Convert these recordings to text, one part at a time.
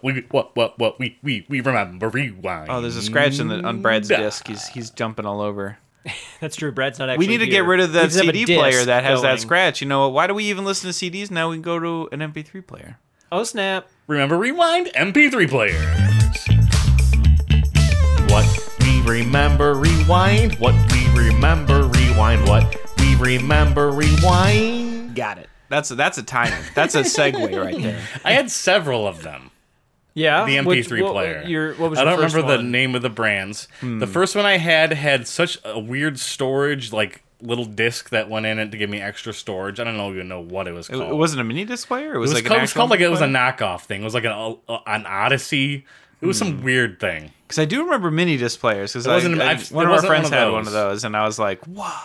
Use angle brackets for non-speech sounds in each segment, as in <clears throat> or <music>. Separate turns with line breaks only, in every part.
what we what what what we we, we remember rewind.
Oh, there's a scratch in the, on Brad's disc. He's he's dumping all over.
That's true. Brad's not
We
actually.
need to
here.
get rid of
We
that
just have a
CD player
disc
that has
going.
that scratch. You know, why do we even listen to CDs now? We can go to an MP3 player.
Oh snap!
Remember Rewind MP3 players. What we remember rewind, what we remember rewind, what we remember rewind.
Got it.
That's a, that's a timer. That's a segue right there.
I had several of them.
Yeah.
The
Which-
MP3
what-
player.
Your, what was
I
your
don't
first
remember the
one? Hmm.
name of the brands. The first one I had had such a weird storage, like little disc that went in it to give me extra storage. I don't know even know what it was
It,
called.
it wasn't a mini disc player. It
It
was,
was,
like
called,
an
it was
actual
called like it was a knockoff thing. It was like an, an Odyssey. It was
Hmm.
some weird thing.
Because I do remember mini disc players. Because
wasn't-
one
I've-
of
it
our
wasn't
friends
one of
had one
those.
of those, and I was like, "Wow!"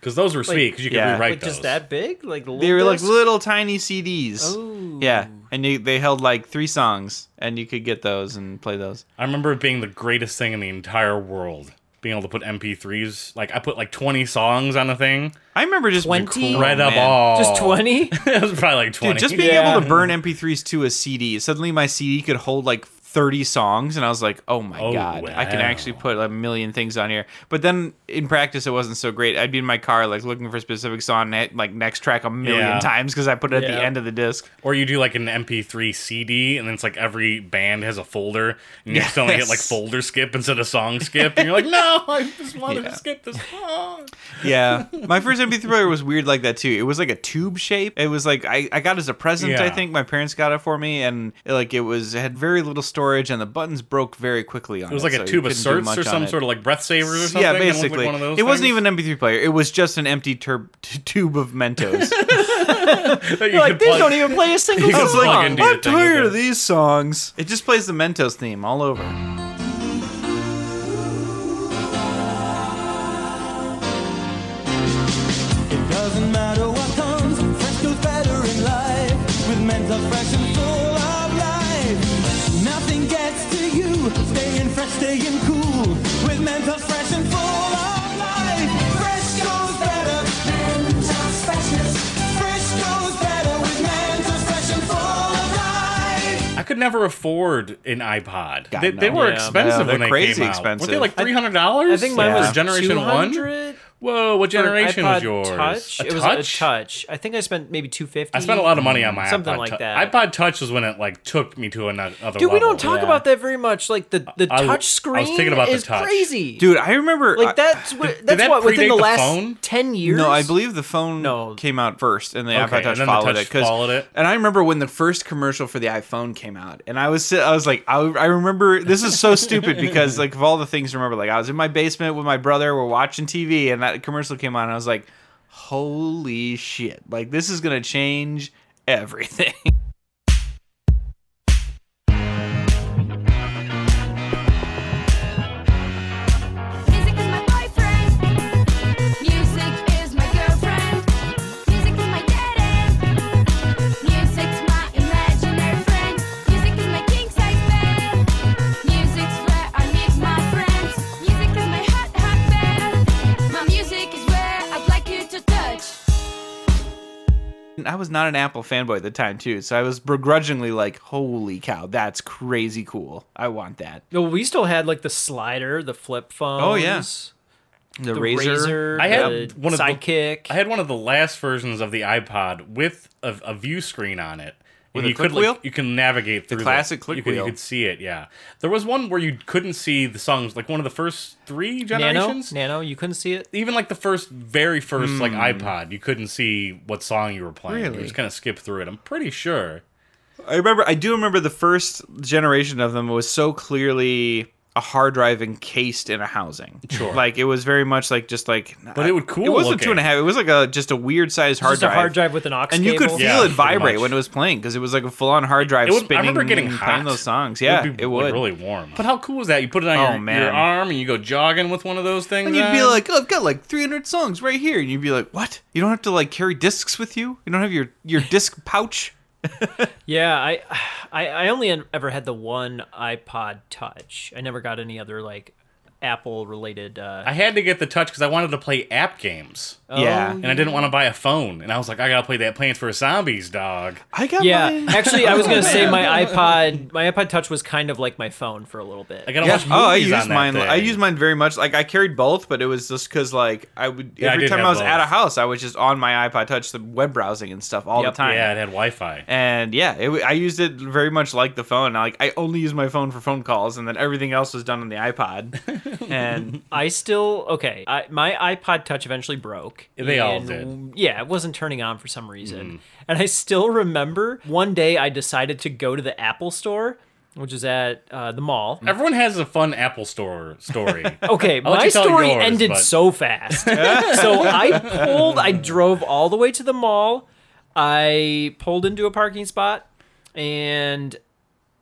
Because those were sweet. Because you could
yeah.
rewrite
Like
those.
just that big, like the
They were
little
like
disc?
little tiny CDs.
Oh.
Yeah, and you, they held like three songs, and you could get those and play those.
I remember it being the greatest thing in the entire world. Being able to put MP3s. Like I put like 20 songs on the thing.
I remember just
20?
Oh,
read up
man.
all.
Just twenty.
<laughs> it was probably like 20.
Dude, just being
Yeah.
able to burn MP3s to a CD. Suddenly, my CD could hold like 30 songs, and I was like, "Oh my
Oh,
god, I can
wow.
actually put a million things on here." But then in practice, it wasn't so great. I'd be in my car like looking for a specific song, and hit, like next track a million
Yeah.
times because I put it at
Yeah.
the end of
<laughs>
the disc.
or you do like an MP3 CD, and then it's like every band has a folder, and
<laughs>
you accidentally hit like
Yes.
folder skip instead of song skip, and you're like, <laughs> no, I just wanted
Yeah.
to skip this song.
Yeah, <laughs> my first MP3 player was weird like that too. It was like a tube shape. It was like I, I got it as a present. I
Yeah.
think my parents got it for me, and like it was it had very little storage, and the buttons broke very quickly on it.
It was like
so
a
you
tube of
couldn't do
certs
much
or
on
some
it.
sort of like breath savers or something.
Yeah,
It looked like
basically,
one of
it
those
wasn't
things
even an MP3 player. It was just an empty tur- t- tube of
<laughs>
Mentos.
<laughs> that you
You're like
could
these
plug-
don't even
<laughs>
play a single
could
I was
plug
song.
into- your thing with it."
these songs. It just plays the Mentos theme all over.
It doesn't matter what comes, fresh goes better in life. With mental fresh and full of life. Nothing gets to you, staying fresh, staying cool. With mental fresh and full of life. Fresh goes better. Mental freshness. Fresh goes better with mental fresh and full of life.
I could never afford an iPod.
God,
they, they
no.
were
Yeah.
expensive when
Yeah, they're
they
crazy
came out. Weren't they
expensive.
like three hundred dollars?
I think mine
Yeah.
was
For
generation one.
200
Whoa, what
for an
generation was
iPod
yours?
Touch.
A
it was
touch?
a touch. I think I spent maybe two fifty.
I spent a lot of money on my
Something
iPod
like
Tou-
that.
iPod Touch was when it like took me to another level.
Dude, we don't talk
Yeah.
about that very much. Like the the
I- I
touch
was
screen
thinking about the
is
touch.
crazy,
Dude, I remember
Like that's what that's
that
what within the
predate the
last
phone?
ten years.
No, I believe the phone
No.
came out first, and the
Okay,
iPod Touch
and then the
followed
Touch
it. 'cause-
followed it.
And I remember when the first commercial for the iPhone came out, and I was sit- I was like, I, I remember this is
<laughs>
so stupid because like of all the things, I remember like I was in my basement with my brother, we're watching TV, and that commercial came on, and I was like, holy shit! Like this is gonna change everything. <laughs>
Music is my boyfriend. Music is my girlfriend. Music is my daddy. Music's my imaginary friend. Music is my king size band. Music's where I meet my friends. Music is my hot, hot band. My music is where I'd like you to touch.
I was not an Apple fanboy at the time too, so I was begrudgingly like, holy cow, that's crazy cool. I want that.
No, we still had like the slider, the flip phone.
Oh, yeah.
the, razor.
Razor.
I had
the
one of the-
sidekick.
I had one of the last versions of the iPod with a, a view screen on it.
With
and
a
you
click
could like,
wheel?
you can navigate through
classic click
you could,
wheel.
You could see it, yeah. There was one where you couldn't see the songs, like one of the first three
Nano,
generations.
Nano, you couldn't see it.
Even like the first, very first, like iPod, you couldn't see what song you were playing.
Really?
You just kind of skip through it. I'm pretty sure.
I remember. I do remember the first generation of them was so clearly a hard drive encased in a housing.
Sure.
like it was very much like just like.
But it would cool
It wasn't
looking.
two and a half. It was like a just a weird sized hard
Just
drive.
a hard drive with an aux
And you could
cable.
feel
Yeah,
it
pretty
vibrate
much.
when it was playing because it was like a full on hard drive
It would,
spinning.
I remember getting
and
hot.
playing those songs. Yeah,
would be,
it
like,
would.
really warm. But how cool was that? You put it on
Oh,
your,
man.
your arm and you go jogging with one of those things.
And you'd be
on?
like, oh, I've got like 300 songs right here, and you'd be like, what? You don't have to like carry discs with you. You don't have your your disc pouch.
Yeah, I, I, I only en- ever had the one iPod Touch. I never got any other like Apple related. Uh,
I had to get the touch because I wanted to play app games.
yeah.
And I didn't want to buy a phone. And I was like, I gotta play that Plants vs. Zombies, dog.
I got
yeah,
mine.
actually, I was gonna say my iPod, my iPod Touch was kind of like my phone for a little bit.
I gotta
Yeah.
watch movies
Oh, I
on
used
that
mine. I
thing.
used mine very much. Like I carried both, but it was just because like I would
I
every
did
time I
have
was at a
both.
house, I was just on my iPod Touch, the web browsing and stuff all
Yep.
the time.
Yeah, it had Wi-Fi.
And yeah, it, w- I used it very much like the phone. Like I only use my phone for phone calls, and then everything else was done on
<laughs>
the iPod. and
I still okay. I, my iPod Touch eventually broke.
They all Mm.
and- Yeah, it wasn't turning on for some reason. And I still remember one day I decided to go to the Apple Store, which is at uh, the mall.
Everyone has a fun Apple Store
<laughs>
story. Oh.
Okay,
let
my
you tell
story
yours,
ended
but-
so fast. so I pulled, I drove all the way to the mall. I pulled into a parking spot and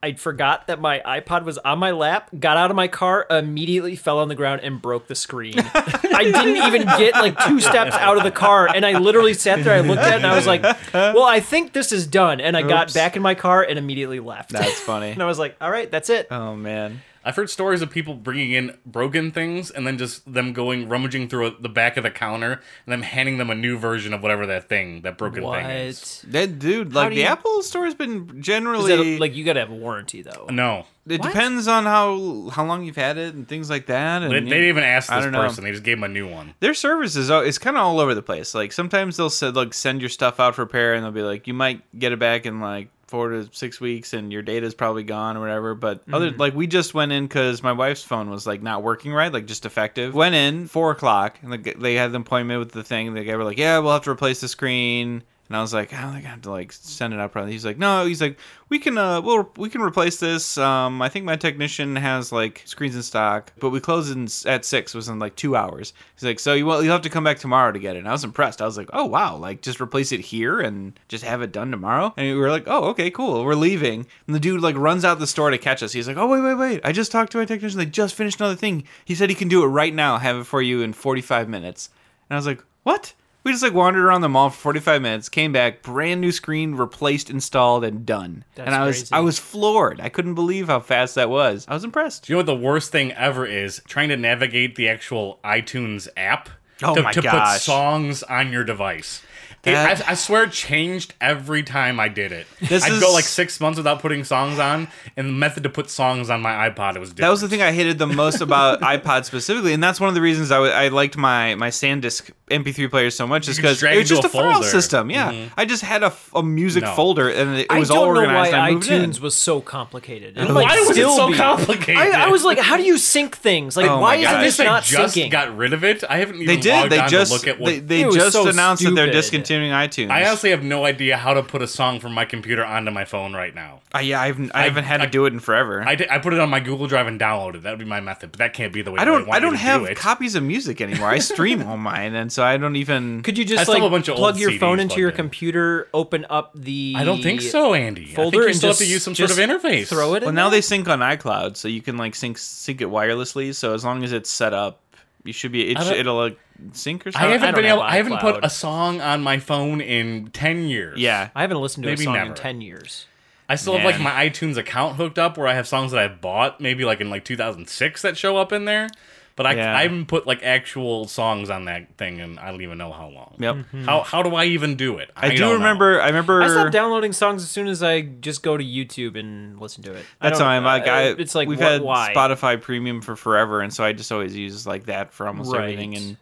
I forgot that my iPod was on my lap, got out of my car, immediately fell on the ground and broke the screen. I didn't even get like two steps out of the car. And I literally sat there, I looked at it, and I was like, well, I think this is done. And I
Oops.
got back in my car and immediately left.
that's funny.
and I was like, all right, that's it.
Oh man.
I've heard stories of people bringing in broken things and then just them going rummaging through the back of the counter and them handing them a new version of whatever that thing, that broken thing is.
What?
That dude, like
do
the
you-
Apple Store has been
Is
generally
that a- like you gotta have a warranty though.
No,
it
What?
depends on how how long you've had it and things like that. And
they, they didn't even ask
I
this
don't know.
person. They just gave him a new one.
their service is it's kind of all over the place. Like sometimes they'll say like send your stuff out for repair, and they'll be like, you might get it back in like four to six weeks, and your data's probably gone or whatever. But other like we just went in because my wife's phone was like not working right, like just defective. Went in four o'clock, and the, they had an appointment with the thing. They were like, yeah, we'll have to replace the screen. And I was like, oh, they have to like send it up. He's like, no. He's like, we can, uh, we'll, we can replace this. Um, I think my technician has like screens in stock, but we close in s- at six. It was in like two hours. He's like, so you will, you'll have to come back tomorrow to get it. And I was impressed. I was like, oh wow, like just replace it here and just have it done tomorrow. And we were like, oh okay, cool. We're leaving. And the dude like runs out the store to catch us. He's like, oh wait, wait, wait. I just talked to my technician. They just finished another thing. He said he can do it right now. Have it for you in forty five minutes. And I was like, what? We just like wandered around the mall for 45 minutes, came back, brand new screen replaced, installed, and done.
That's
and I was
crazy.
I was floored. I couldn't believe how fast that was. I was impressed.
Do you know what the worst thing ever is? Trying to navigate the actual iTunes app
Oh
to,
my
to put
gosh.
songs on your device. It-
That-
I, I swear it changed every time I did it.
This
I'd
is-
go like six months without putting songs on, and the method to put songs on my iPod it was different.
That was the thing I hated the
<laughs>
most about iPod specifically, and that's one of the reasons I, w- I liked my my SanDisk MP3 player so much is
You could
because
just drag
it was
it to
just a,
a
file
folder. Mm-hmm.
system. Yeah, I just had a, f- a music
No.
folder and it, it was
I
all
don't know
organized.
why
and I moved
iTunes
in.
was so complicated. It
Why
might
was it
still
so
be.
complicated?
I, I was like, how do you sync things? Like,
Oh
why
my
is
God.
I
this
guess they
not
just
syncing?
got rid of it. I haven't even
They did.
logged
They
on
just
to look at what.
they, they
It was
just
so
announced that they're
stupid.
discontinuing iTunes.
I honestly have no idea how to put a song from my computer onto my phone right now.
Uh, yeah, I haven't, I haven't had
I-
to do it in forever.
I, did, I put it on my Google Drive and downloaded. it. That would be my method, but that can't be the way.
I
they
don't.
want
I
you
don't
to do
have
it.
copies of music anymore. I stream all mine, and so I don't even.
<laughs> Could you
I
just
still
like
have a bunch of
plug
old
your
CDs
phone into
plugged
your
in.
computer, open up the?
I don't think so, Andy. I think
Folder
you
and
still
just
have to use some sort of
just
interface.
Throw it.
Well,
in
now
there?
they sync on iCloud, so you can like sync sync it wirelessly. So as long as it's set up, you should be. It
I
sh-
don't-
it'll like sync or
I
something.
haven't
don't
been
have
able. I haven't put
iCloud.
a song on my phone in ten years.
yeah.
I haven't listened to
Maybe
a song
never.
in ten years.
I still have like
Man.
my iTunes account hooked up where I have songs that I bought maybe like in like 2006 that show up in there, but I,
Yeah.
I haven't put like actual songs on that thing and I don't even know how long. Hmm.
Yep.
How how do I even do it?
I,
don't
do
know.
remember. I remember.
Mm-hmm. I stopped downloading songs as soon as I just go to YouTube and listen to it. I
That's
don't-
why I'm like,
uh,
I,
it's like
we've
what-
had
why?
Spotify Premium for forever, and so I just always use like that for almost
Right.
everything. And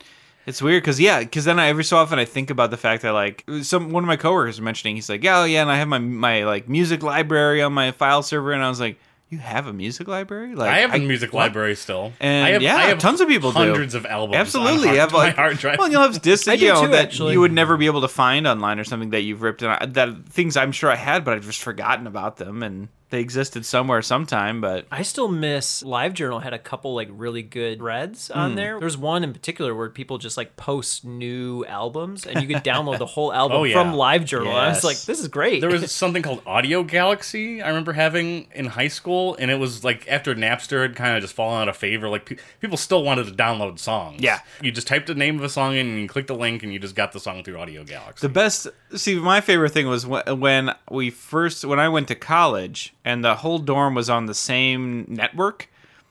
it's weird because yeah, because then I, every so often I think about the fact that like some one of my coworkers was mentioning, he's like, yeah, oh, yeah, and I have my my like music library on my file server, and I was like, you have a music library? Like
I have a
a
music library still.
And
I have,
yeah,
I have
tons of people do.
hundreds of albums. on
Absolutely,
hard-
you
<laughs>
have
my
like
hard drive.
well, you'll have discs
<laughs> I
that, you
do
know,
too,
that
actually.
you would never be able to find online or something that you've ripped and that things I'm sure I had, but I've just forgotten about them and they existed somewhere sometime, but
I still miss LiveJournal had a couple like really good threads on there. There's one in particular where people just like post new albums and you could download the whole album
Oh, yeah.
from LiveJournal. I
Yes.
was like, this is great.
there was something called Audio Galaxy I remember having in high school, and it was like after Napster had kind of just fallen out of favor, like pe- people still wanted to download songs.
Yeah.
you just typed the name of a song in, and you clicked the link, and you just got the song through Audio Galaxy.
The best. See, my favorite thing was wh- when we first, when I went to college, and the whole dorm was on the same network,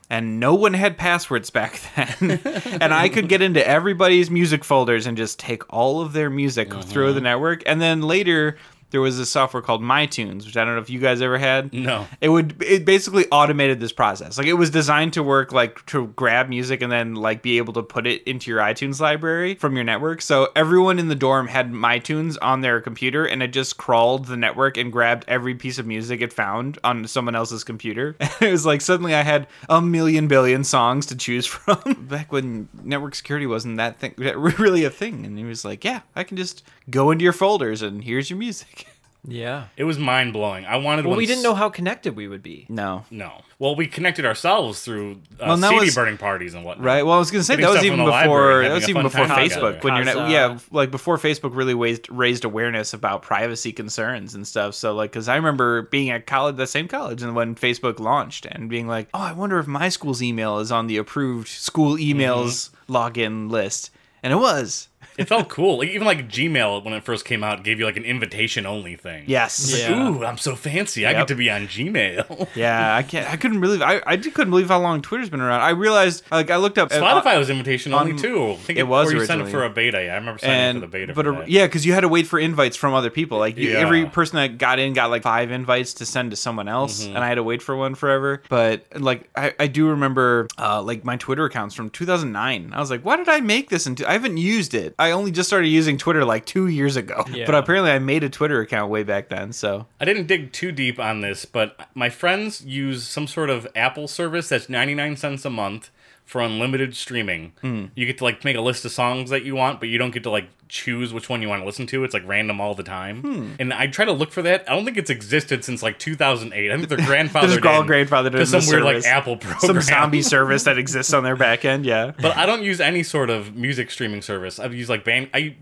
and no one had passwords back <laughs> then. and I could get into everybody's music folders and just take all of their music through the network. And then later, there was a software called MyTunes, which I don't know if you guys ever had.
No.
It would it basically automated this process. Like it was designed to work like to grab music and then like be able to put it into your iTunes library from your network. So everyone in the dorm had MyTunes on their computer and it just crawled the network and grabbed every piece of music it found on someone else's computer. <laughs> it was like suddenly I had a million billion songs to choose from. <laughs> Back when network security wasn't that thing that <laughs> really a thing and he was like, "Yeah, I can just go into your folders and here's your music." <laughs>
Yeah.
It was mind blowing. I wanted.
Well,
one
we didn't
s-
know how connected we would be.
No.
No. Well, we connected ourselves through uh,
Well, and that
CD
was-
burning parties and whatnot.
Right. Well, I was gonna say
Getting
that was
stuff
even
from the
before
library,
that
having
was
a
even
fine
before
time together.
Facebook. When you're not,
Casa.
yeah, like before Facebook really raised raised awareness about privacy concerns and stuff. So like, because I remember being at college, the same college, and when Facebook launched, and being like, oh, I wonder if my school's email is on the approved school emails login list, and it was.
It felt cool. Like, even like Gmail when it first came out gave you like an invitation only thing.
Yes.
Yeah.
Ooh, I'm so fancy. I
Yep.
get to be on Gmail.
Yeah, I can't. I couldn't believe. I, I just couldn't believe how long Twitter's been around. I realized, like, I looked up uh, and-
Spotify was invitation only
on-
too. I think
it was
Or you signed up
originally.
for a beta. Yeah, I remember signing
and
up for the beta.
but
for
a-
that.
yeah, because you had to wait for invites from other people. Like you,
Yeah.
every person that got in got like five invites to send to someone else,
Mm-hmm.
and I had to wait for one forever. But like I, I do remember uh, like my Twitter accounts from 2009. I was like, why did I make this? And I haven't used it. I only just started using Twitter like two years ago. <laughs>
Yeah.
But apparently, I made a Twitter account way back then. So
I didn't dig too deep on this, but my friends use some sort of Apple service that's 99 cents a month for unlimited streaming.
Hmm.
You get to like make a list of songs that you want, but you don't get to like choose which one you want to listen to. It's like random all the time.
Hmm.
And I try to look for that. I don't think it's existed since like 2008. I
<laughs>
think they're grandfathered.
just all
in
grandfathered
to
in
some
the
weird like
service.
Apple program.
some zombie service that exists on their back end. Yeah.
<laughs> But I don't use any sort of music streaming service. I've used like band. I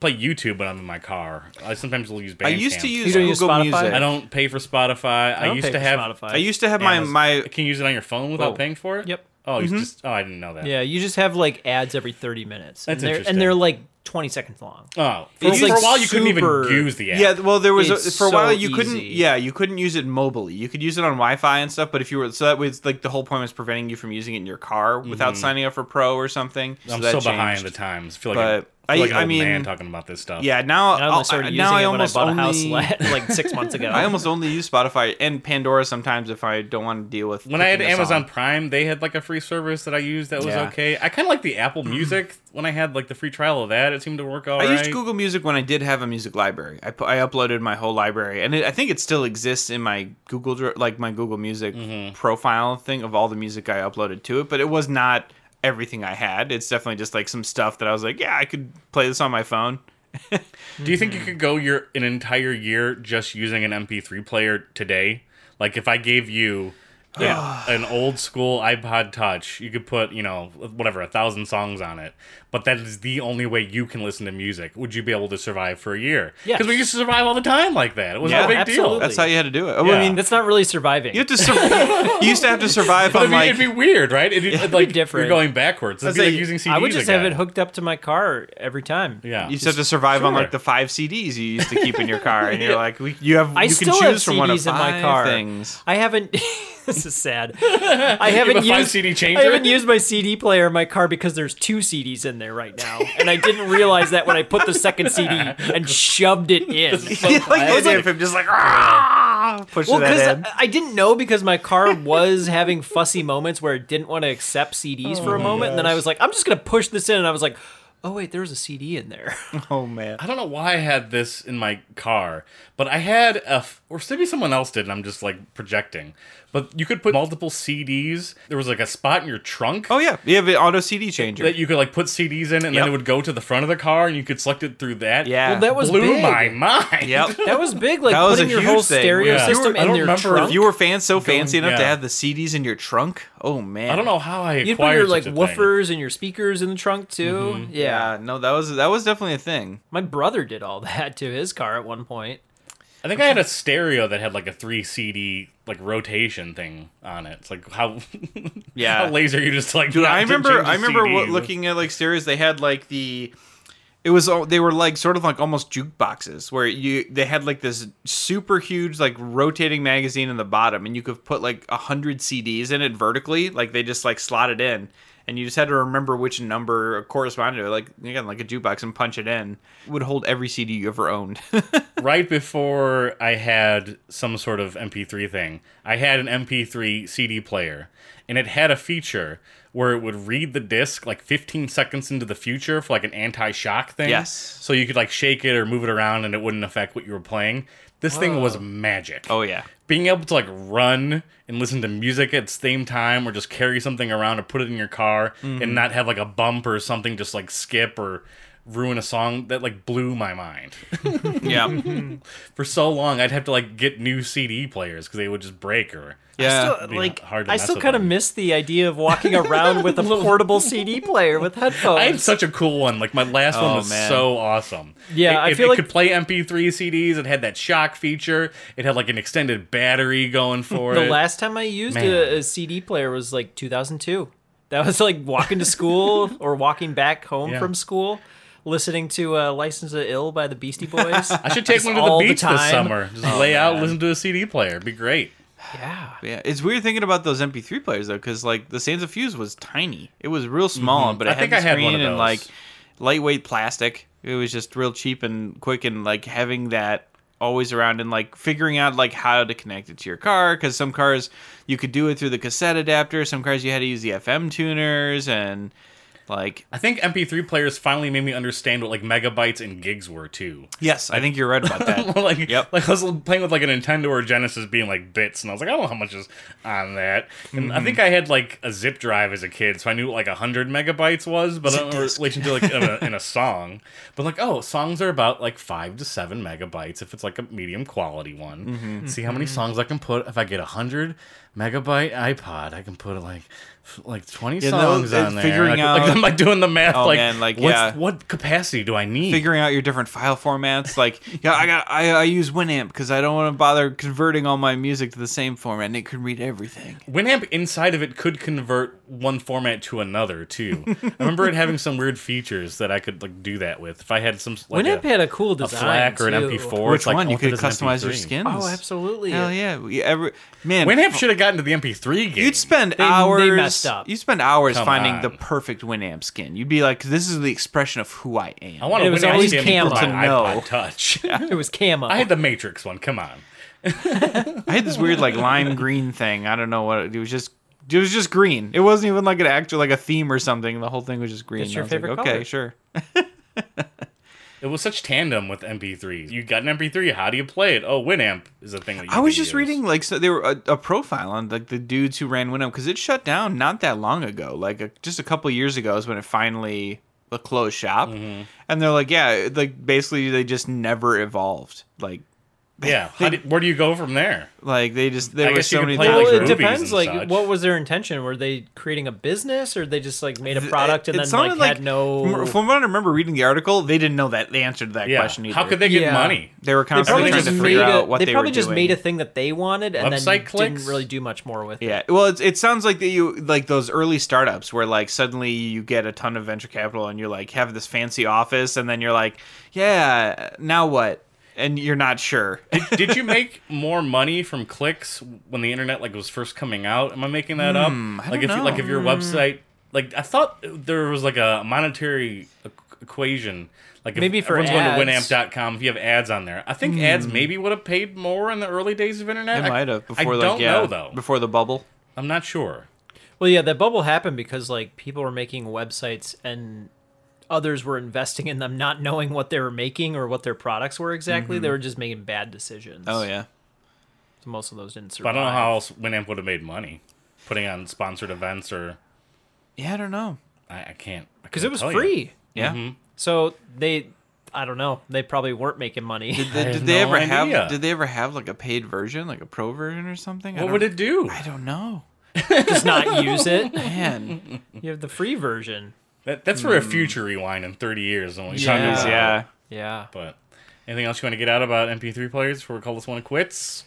play YouTube when I'm in my car. I sometimes will use Bandcamp.
I used to use
You don't use
Google
Spotify?
Music.
I don't pay for Spotify. I,
don't
used
pay
to
for
have.
Spotify.
I used to have my
Amaz-
my Mm-hmm.
Can you use it on your phone without
Whoa.
paying for it?
Yep.
Oh, you just. Oh, I didn't know that.
Yeah, you just have like ads every 30 minutes.
That's
and they're,
interesting.
And they're like 20 seconds long.
Oh, for,
It's,
for
like,
a while you couldn't even
super-
use the app.
Yeah, well, there was a,
It's
for a
so
while you couldn't.
easy.
Yeah, you couldn't use it mobily. You could use it on Wi-Fi and stuff, but if you were so that was like the whole point was preventing you from using it in your car without signing up for Pro or something.
I'm
that
so behind
changed.
the times. I feel like,
But
a, I, feel like
I-
an
I
old
mean-
man talking about this stuff.
Yeah, now
I only
I'll-
started using
now Oh, I
it when I
almost
bought
only,
a house la- <laughs> like six months ago.
<laughs> I almost only use Spotify and Pandora sometimes if I don't want to deal with.
When I had
picking a song.
Amazon Prime, they had like a free service that I used that was
Yeah.
okay. I kind of like the
<clears throat>
Apple Music. when I had like the free trial of that, it seemed to work all right.
I used Google Music when I did have a music library. I, pu- I uploaded my whole library, and it, I think it still exists in my Google Dri- like my Google Music
Mm-hmm.
profile thing of all the music I uploaded to it. But it was not everything I had. It's definitely just like some stuff that I was like, yeah, I could play this on my phone.
Do you think you could go your an entire year just using an MP3 player today? Like if I gave you yeah, an old school iPod Touch, you could put you know whatever a thousand songs on it, but that is the only way you can listen to music. Would you be able to survive for a year?
Yes.
because we used to survive all the time like that. It was
Yeah,
no big deal.
absolutely.
That's how you had to do it. Oh,
Yeah.
I mean,
That's not really surviving.
you have to. Sur- <laughs> you used to have to
<laughs>
survive
But
on
it'd be,
like
it'd be weird, right? It'd, be like
different.
You're going backwards. It'd
I'd
be like
say-
using CDs.
I would just have
again.
it hooked up to my car every time.
Yeah,
you just have to survive on
Sure.
like the five CDs you used to keep in your
<laughs>
car, and you're like, we, you have
I
you can
still
choose
have
from one of
CDs in
five
my car.
things.
I haven't. <laughs> this is
<laughs>
sad. I haven't
have a five
used
CD changer?
I haven't used my CD player in my car because there's two CDs in there right now, and I didn't realize that when I put the
<laughs>
second CD and shoved it in.
like
I was <laughs>
the
like-
if I'm just like ah, push
Well,
that
because
in.
I didn't know because my car was having fussy moments where it didn't want to accept CDs
Oh,
for a moment, and then I was like, I'm just gonna push this in, and I was like, oh wait, there was a CD in there.
Oh man,
I don't know why I had this in my car, but I had a, f- or maybe someone else did, and I'm just like projecting. But you could put multiple CDs. There was like a spot in your trunk
Oh yeah, you have an auto CD changer.
that you could like put CDs in, and
Yep.
then it would go to the front of the car, and you could select it through that.
Yeah. Well,
that was
blew
big.
my mind.
yep.
That was big, like
That was
putting
a
your
huge
whole
thing.
stereo
Yeah.
system
I don't
in your
remember if
trunk.
<laughs> If you were fans so fancy enough to
yeah.
have the CDs in your trunk, oh
<laughs>
man,
I don't know how I
You'd put
acquired
your like
such a Thing. Mm-hmm.
woofers and your speakers in the trunk too. Yeah.
Yeah, no, that was that was definitely a thing.
my brother did all <laughs> that to his car at one point.
I think I
<laughs>
had a stereo that had like a three CD like rotation thing on it. It's like how <laughs>
Yeah.
how lazy are you just like
Dude,
not
I
to <laughs>
remember
change the
I remember what,
CDs?
looking at like series they had like the It was all they were like sort of like almost jukeboxes where you they had like this super huge like rotating magazine in the bottom and you could put like a hundred CDs in it vertically like they just like slotted in and you just had to remember which number corresponded to it like again like a jukebox and punch it in it would hold every CD you ever owned
right before I had some sort of MP3 thing, I had an MP3 CD player, and it had a feature where it would read the disc like 15 seconds into the future for like an anti-shock thing.
Yes.
So you could like shake it or move it around, and it wouldn't affect what you were playing. This thing was magic.
oh yeah
Being able to like run and listen to music at the same time, or just carry something around or put it in your car,
Mm-hmm.
and not have like a bump or something just like skip or ruin a song that like blew my mind
<laughs> yeah
for so long I'd have to like get new CD players because they would just break or
yeah
Still,
be
like
hard to
I
mess
still
with
kind of
them.
miss the idea
<laughs>
of walking around with a portable CD player with headphones.
I had such a cool one. Like my last one
Oh,
was
man.
so awesome.
Yeah,
it,
I
it-
feel
it
like-
could play MP3 CDs. It had that shock feature. It had like an extended battery going
<laughs>
for
the
it.
last time I used
Man.
a, a CD player was like 2002. That was like walking
<laughs>
to school or walking back home
Yeah.
from school, listening to uh, "License to Ill" by
<laughs>
the Beastie Boys.
I should take
Just
one to the
all the
beach this
time. Oh,
summer. Just lay out, listen to a CD player. It'd be great.
yeah,
yeah it's weird thinking about those mp3 players though because like the sands of fuse was tiny it was real small but it
Mm-hmm. I
had
think
the
I had
screen
one of
and
those.
like lightweight plastic it was just real cheap and quick and like having that always around and like figuring out like how to connect it to your car because some cars you could do it through the cassette adapter some cars you had to use the fm tuners and like
I think MP3 players finally made me understand what like megabytes and gigs were too.
yes i think you're right about
<laughs>
that
like,
Yep.
like I was playing with like a Nintendo or a Genesis being like bits, and I was like, I don't know how much is on that. And I
Mm-hmm.
think I had like a zip drive as a kid, so I knew what, like hundred megabytes was, but I don't remember relation to like in a,
<laughs>
in a song. But like, oh, songs are about like five to seven megabytes if it's like a medium quality one.
Mm-hmm.
See how many songs I can put if I get a hundred megabyte iPod, I can put like. f- Like twenty
Yeah, no,
songs
it's
on there. Like,
figuring
like,
out-
<laughs> I'm like doing the math.
Oh,
like,
man, like,
what's-
yeah.
what capacity do I need?
figuring out your different file
<laughs>
formats. Like, yeah, I got I, I use Winamp because I don't want to bother converting all my music to the same format, and it can read everything.
Winamp inside of it could convert one format to another
<laughs>
too. I remember it having some weird features that I could like do that with. If I had some like
Winamp
a,
had a cool
a
design.
FLAC or an
too.
MP4,
Which
it's like,
one
oh,
you
if it
could
is an
customize your
MP3.
skins?
Oh, absolutely.
Hell yeah, we, every man.
Winamp should have gotten to the MP3 game.
You'd spend
They- they
hours.
messed up.
You'd spend hours
Come
finding
on.
the perfect Winamp skin. You'd be like, "This is the expression of who I am."
I want
It
a
was
Winamp
always
skin
Camo.
for my
To know.
iPod Touch.
<laughs>
<laughs> It was camo.
I had the Matrix one. Come on.
I had this weird like lime green thing. I don't know what it, it was. Just it was just green. It wasn't even like an actual like a theme or something. The whole thing was just green.
It's your
I was like,
favorite
okay,
color.
sure.
It was such tandem with MP3s. You got an MP3. How do you play it? Oh, Winamp is a thing. That you
I was
can
just
use.
reading like so there were a, a profile on like the dudes who ran Winamp because it shut down not that long ago, like a, just a couple years ago is when it finally uh, closed shop,
Mm-hmm.
and they're like, yeah, it- like basically they just never evolved, like
Yeah. How did, where do you go from there?
like they just there
I
were
guess you
so
could
many
play, like,
things
well,
where-
movies
it depends.
and
Like,
such.
what was their intention? Were they creating a business, or they just like made a
Th-
product and
it
then like,
sounded
had no?
from- From what I remember reading the article, they didn't know that the answer to that
Yeah.
question either.
How could they get
Yeah.
money?
They were
They
constantly
probably
trying
just
to
made
figure
a.
out what
they,
they,
probably
were
just
doing.
made a thing that they wanted and
Website
then
clicks?
didn't really do much more with it.
Yeah, well, it's, it sounds like that you like those early startups where like suddenly you get a ton of venture capital and you like have this fancy office and then you're like, yeah, now what? And you're not
<laughs>
sure.
Did you make more money from clicks when the internet like was first coming out? Am I making that up? Like
don't
if you, like
know.
if your website like I thought there was like a monetary equ- equation. Like if
Maybe for
everyone's going to
ads.
winamp.com if you have ads on there. I think ads maybe would have paid more in the early days of internet.
It
I
might have before
I
like
don't
yeah,
know though.
before the bubble.
I'm not sure.
Well, yeah, that bubble happened because like people were making websites and others were investing in them, not knowing what they were making or what their products were exactly. They were just making bad decisions.
Mm-hmm. Oh yeah,
So most of those didn't survive.
But I don't know how else Winamp would have made money putting on sponsored events or
yeah, I don't know.
I, I can't
because it was
I can't tell you.
free.
Yeah,
Mm-hmm.
So they, I don't know, they probably weren't making money.
did, they-
have
did they
no
ever
idea.
have? Did they ever have like a paid version, like a pro version or something? I
What
don't-
would it do?
I don't know.
<laughs> Just not use it.
<laughs>
Man,
You have the free version.
That, that's for a future rewind in 30 years. When we talk
Yeah.
about it.
yeah.
Yeah.
But anything else you want to get out about MP3 players before we call this one quits?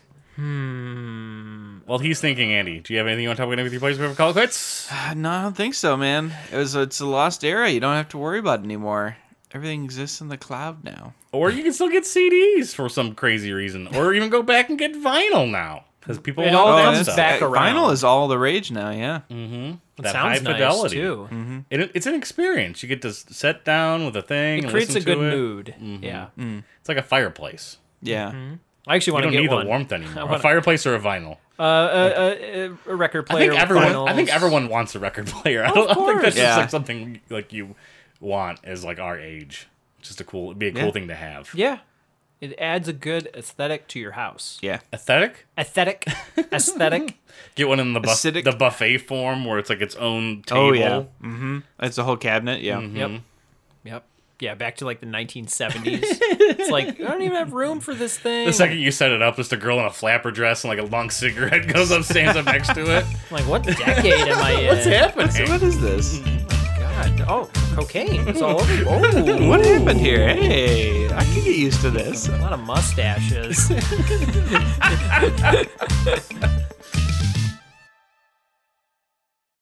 Hmm. Well, he's thinking, Andy. Do you have anything you want to talk about MP3 players before we call it quits?
Uh, No, I don't think so, man. It was it's a lost era. You don't have to worry about it anymore. everything exists in the cloud now.
Or you can still get CDs for some crazy reason, or even go back and get vinyl now because people
It
want
all
that
comes
stuff.
back around.
Oh,
Mm-hmm.
Vinyl is all the rage now. Yeah.
That
Sounds
high
nice,
fidelity
too.
And it- it's an experience. You get to s- sit down with a thing.
It
and
creates a
listen
good
to it. Mm-hmm.
mood. Yeah,
It's like a fireplace.
Yeah.
I actually
You
want to
don't
get
need
one.
the warmth
<laughs>
anymore.
wanna-
A fireplace or a vinyl.
Uh, uh, uh, a record
I
player.
think
with
everyone. I
vinyls.
think everyone wants a record player. <laughs> I don't, I
Of
don't think that's
course.
just
Yeah.
like something like you want as like our age. It's Just a cool. It'd be a cool
Yeah.
thing to have.
Yeah, it adds a good aesthetic to your house.
Yeah.
Aesthetic. <laughs>
Aesthetic, aesthetic.
Get one in the buff-
Acidic.
the buffet form where it's like its own table.
Oh yeah. Mm-hmm. It's a whole cabinet. Yeah.
Mm-hmm.
Yep. Yep. Yeah, back to like the 1970s. it's like I don't even have room for this thing.
The second you set it up, it's the girl in a flapper dress and like a long <laughs> cigarette goes up, stands up next to it.
I'm like, what decade am I
<laughs>
in?
What's happening?
So what is this?
God. Oh, cocaine. It's all over.
<laughs>
Oh,
What happened here? Hey, I can get used to this.
<laughs>
a lot of mustaches.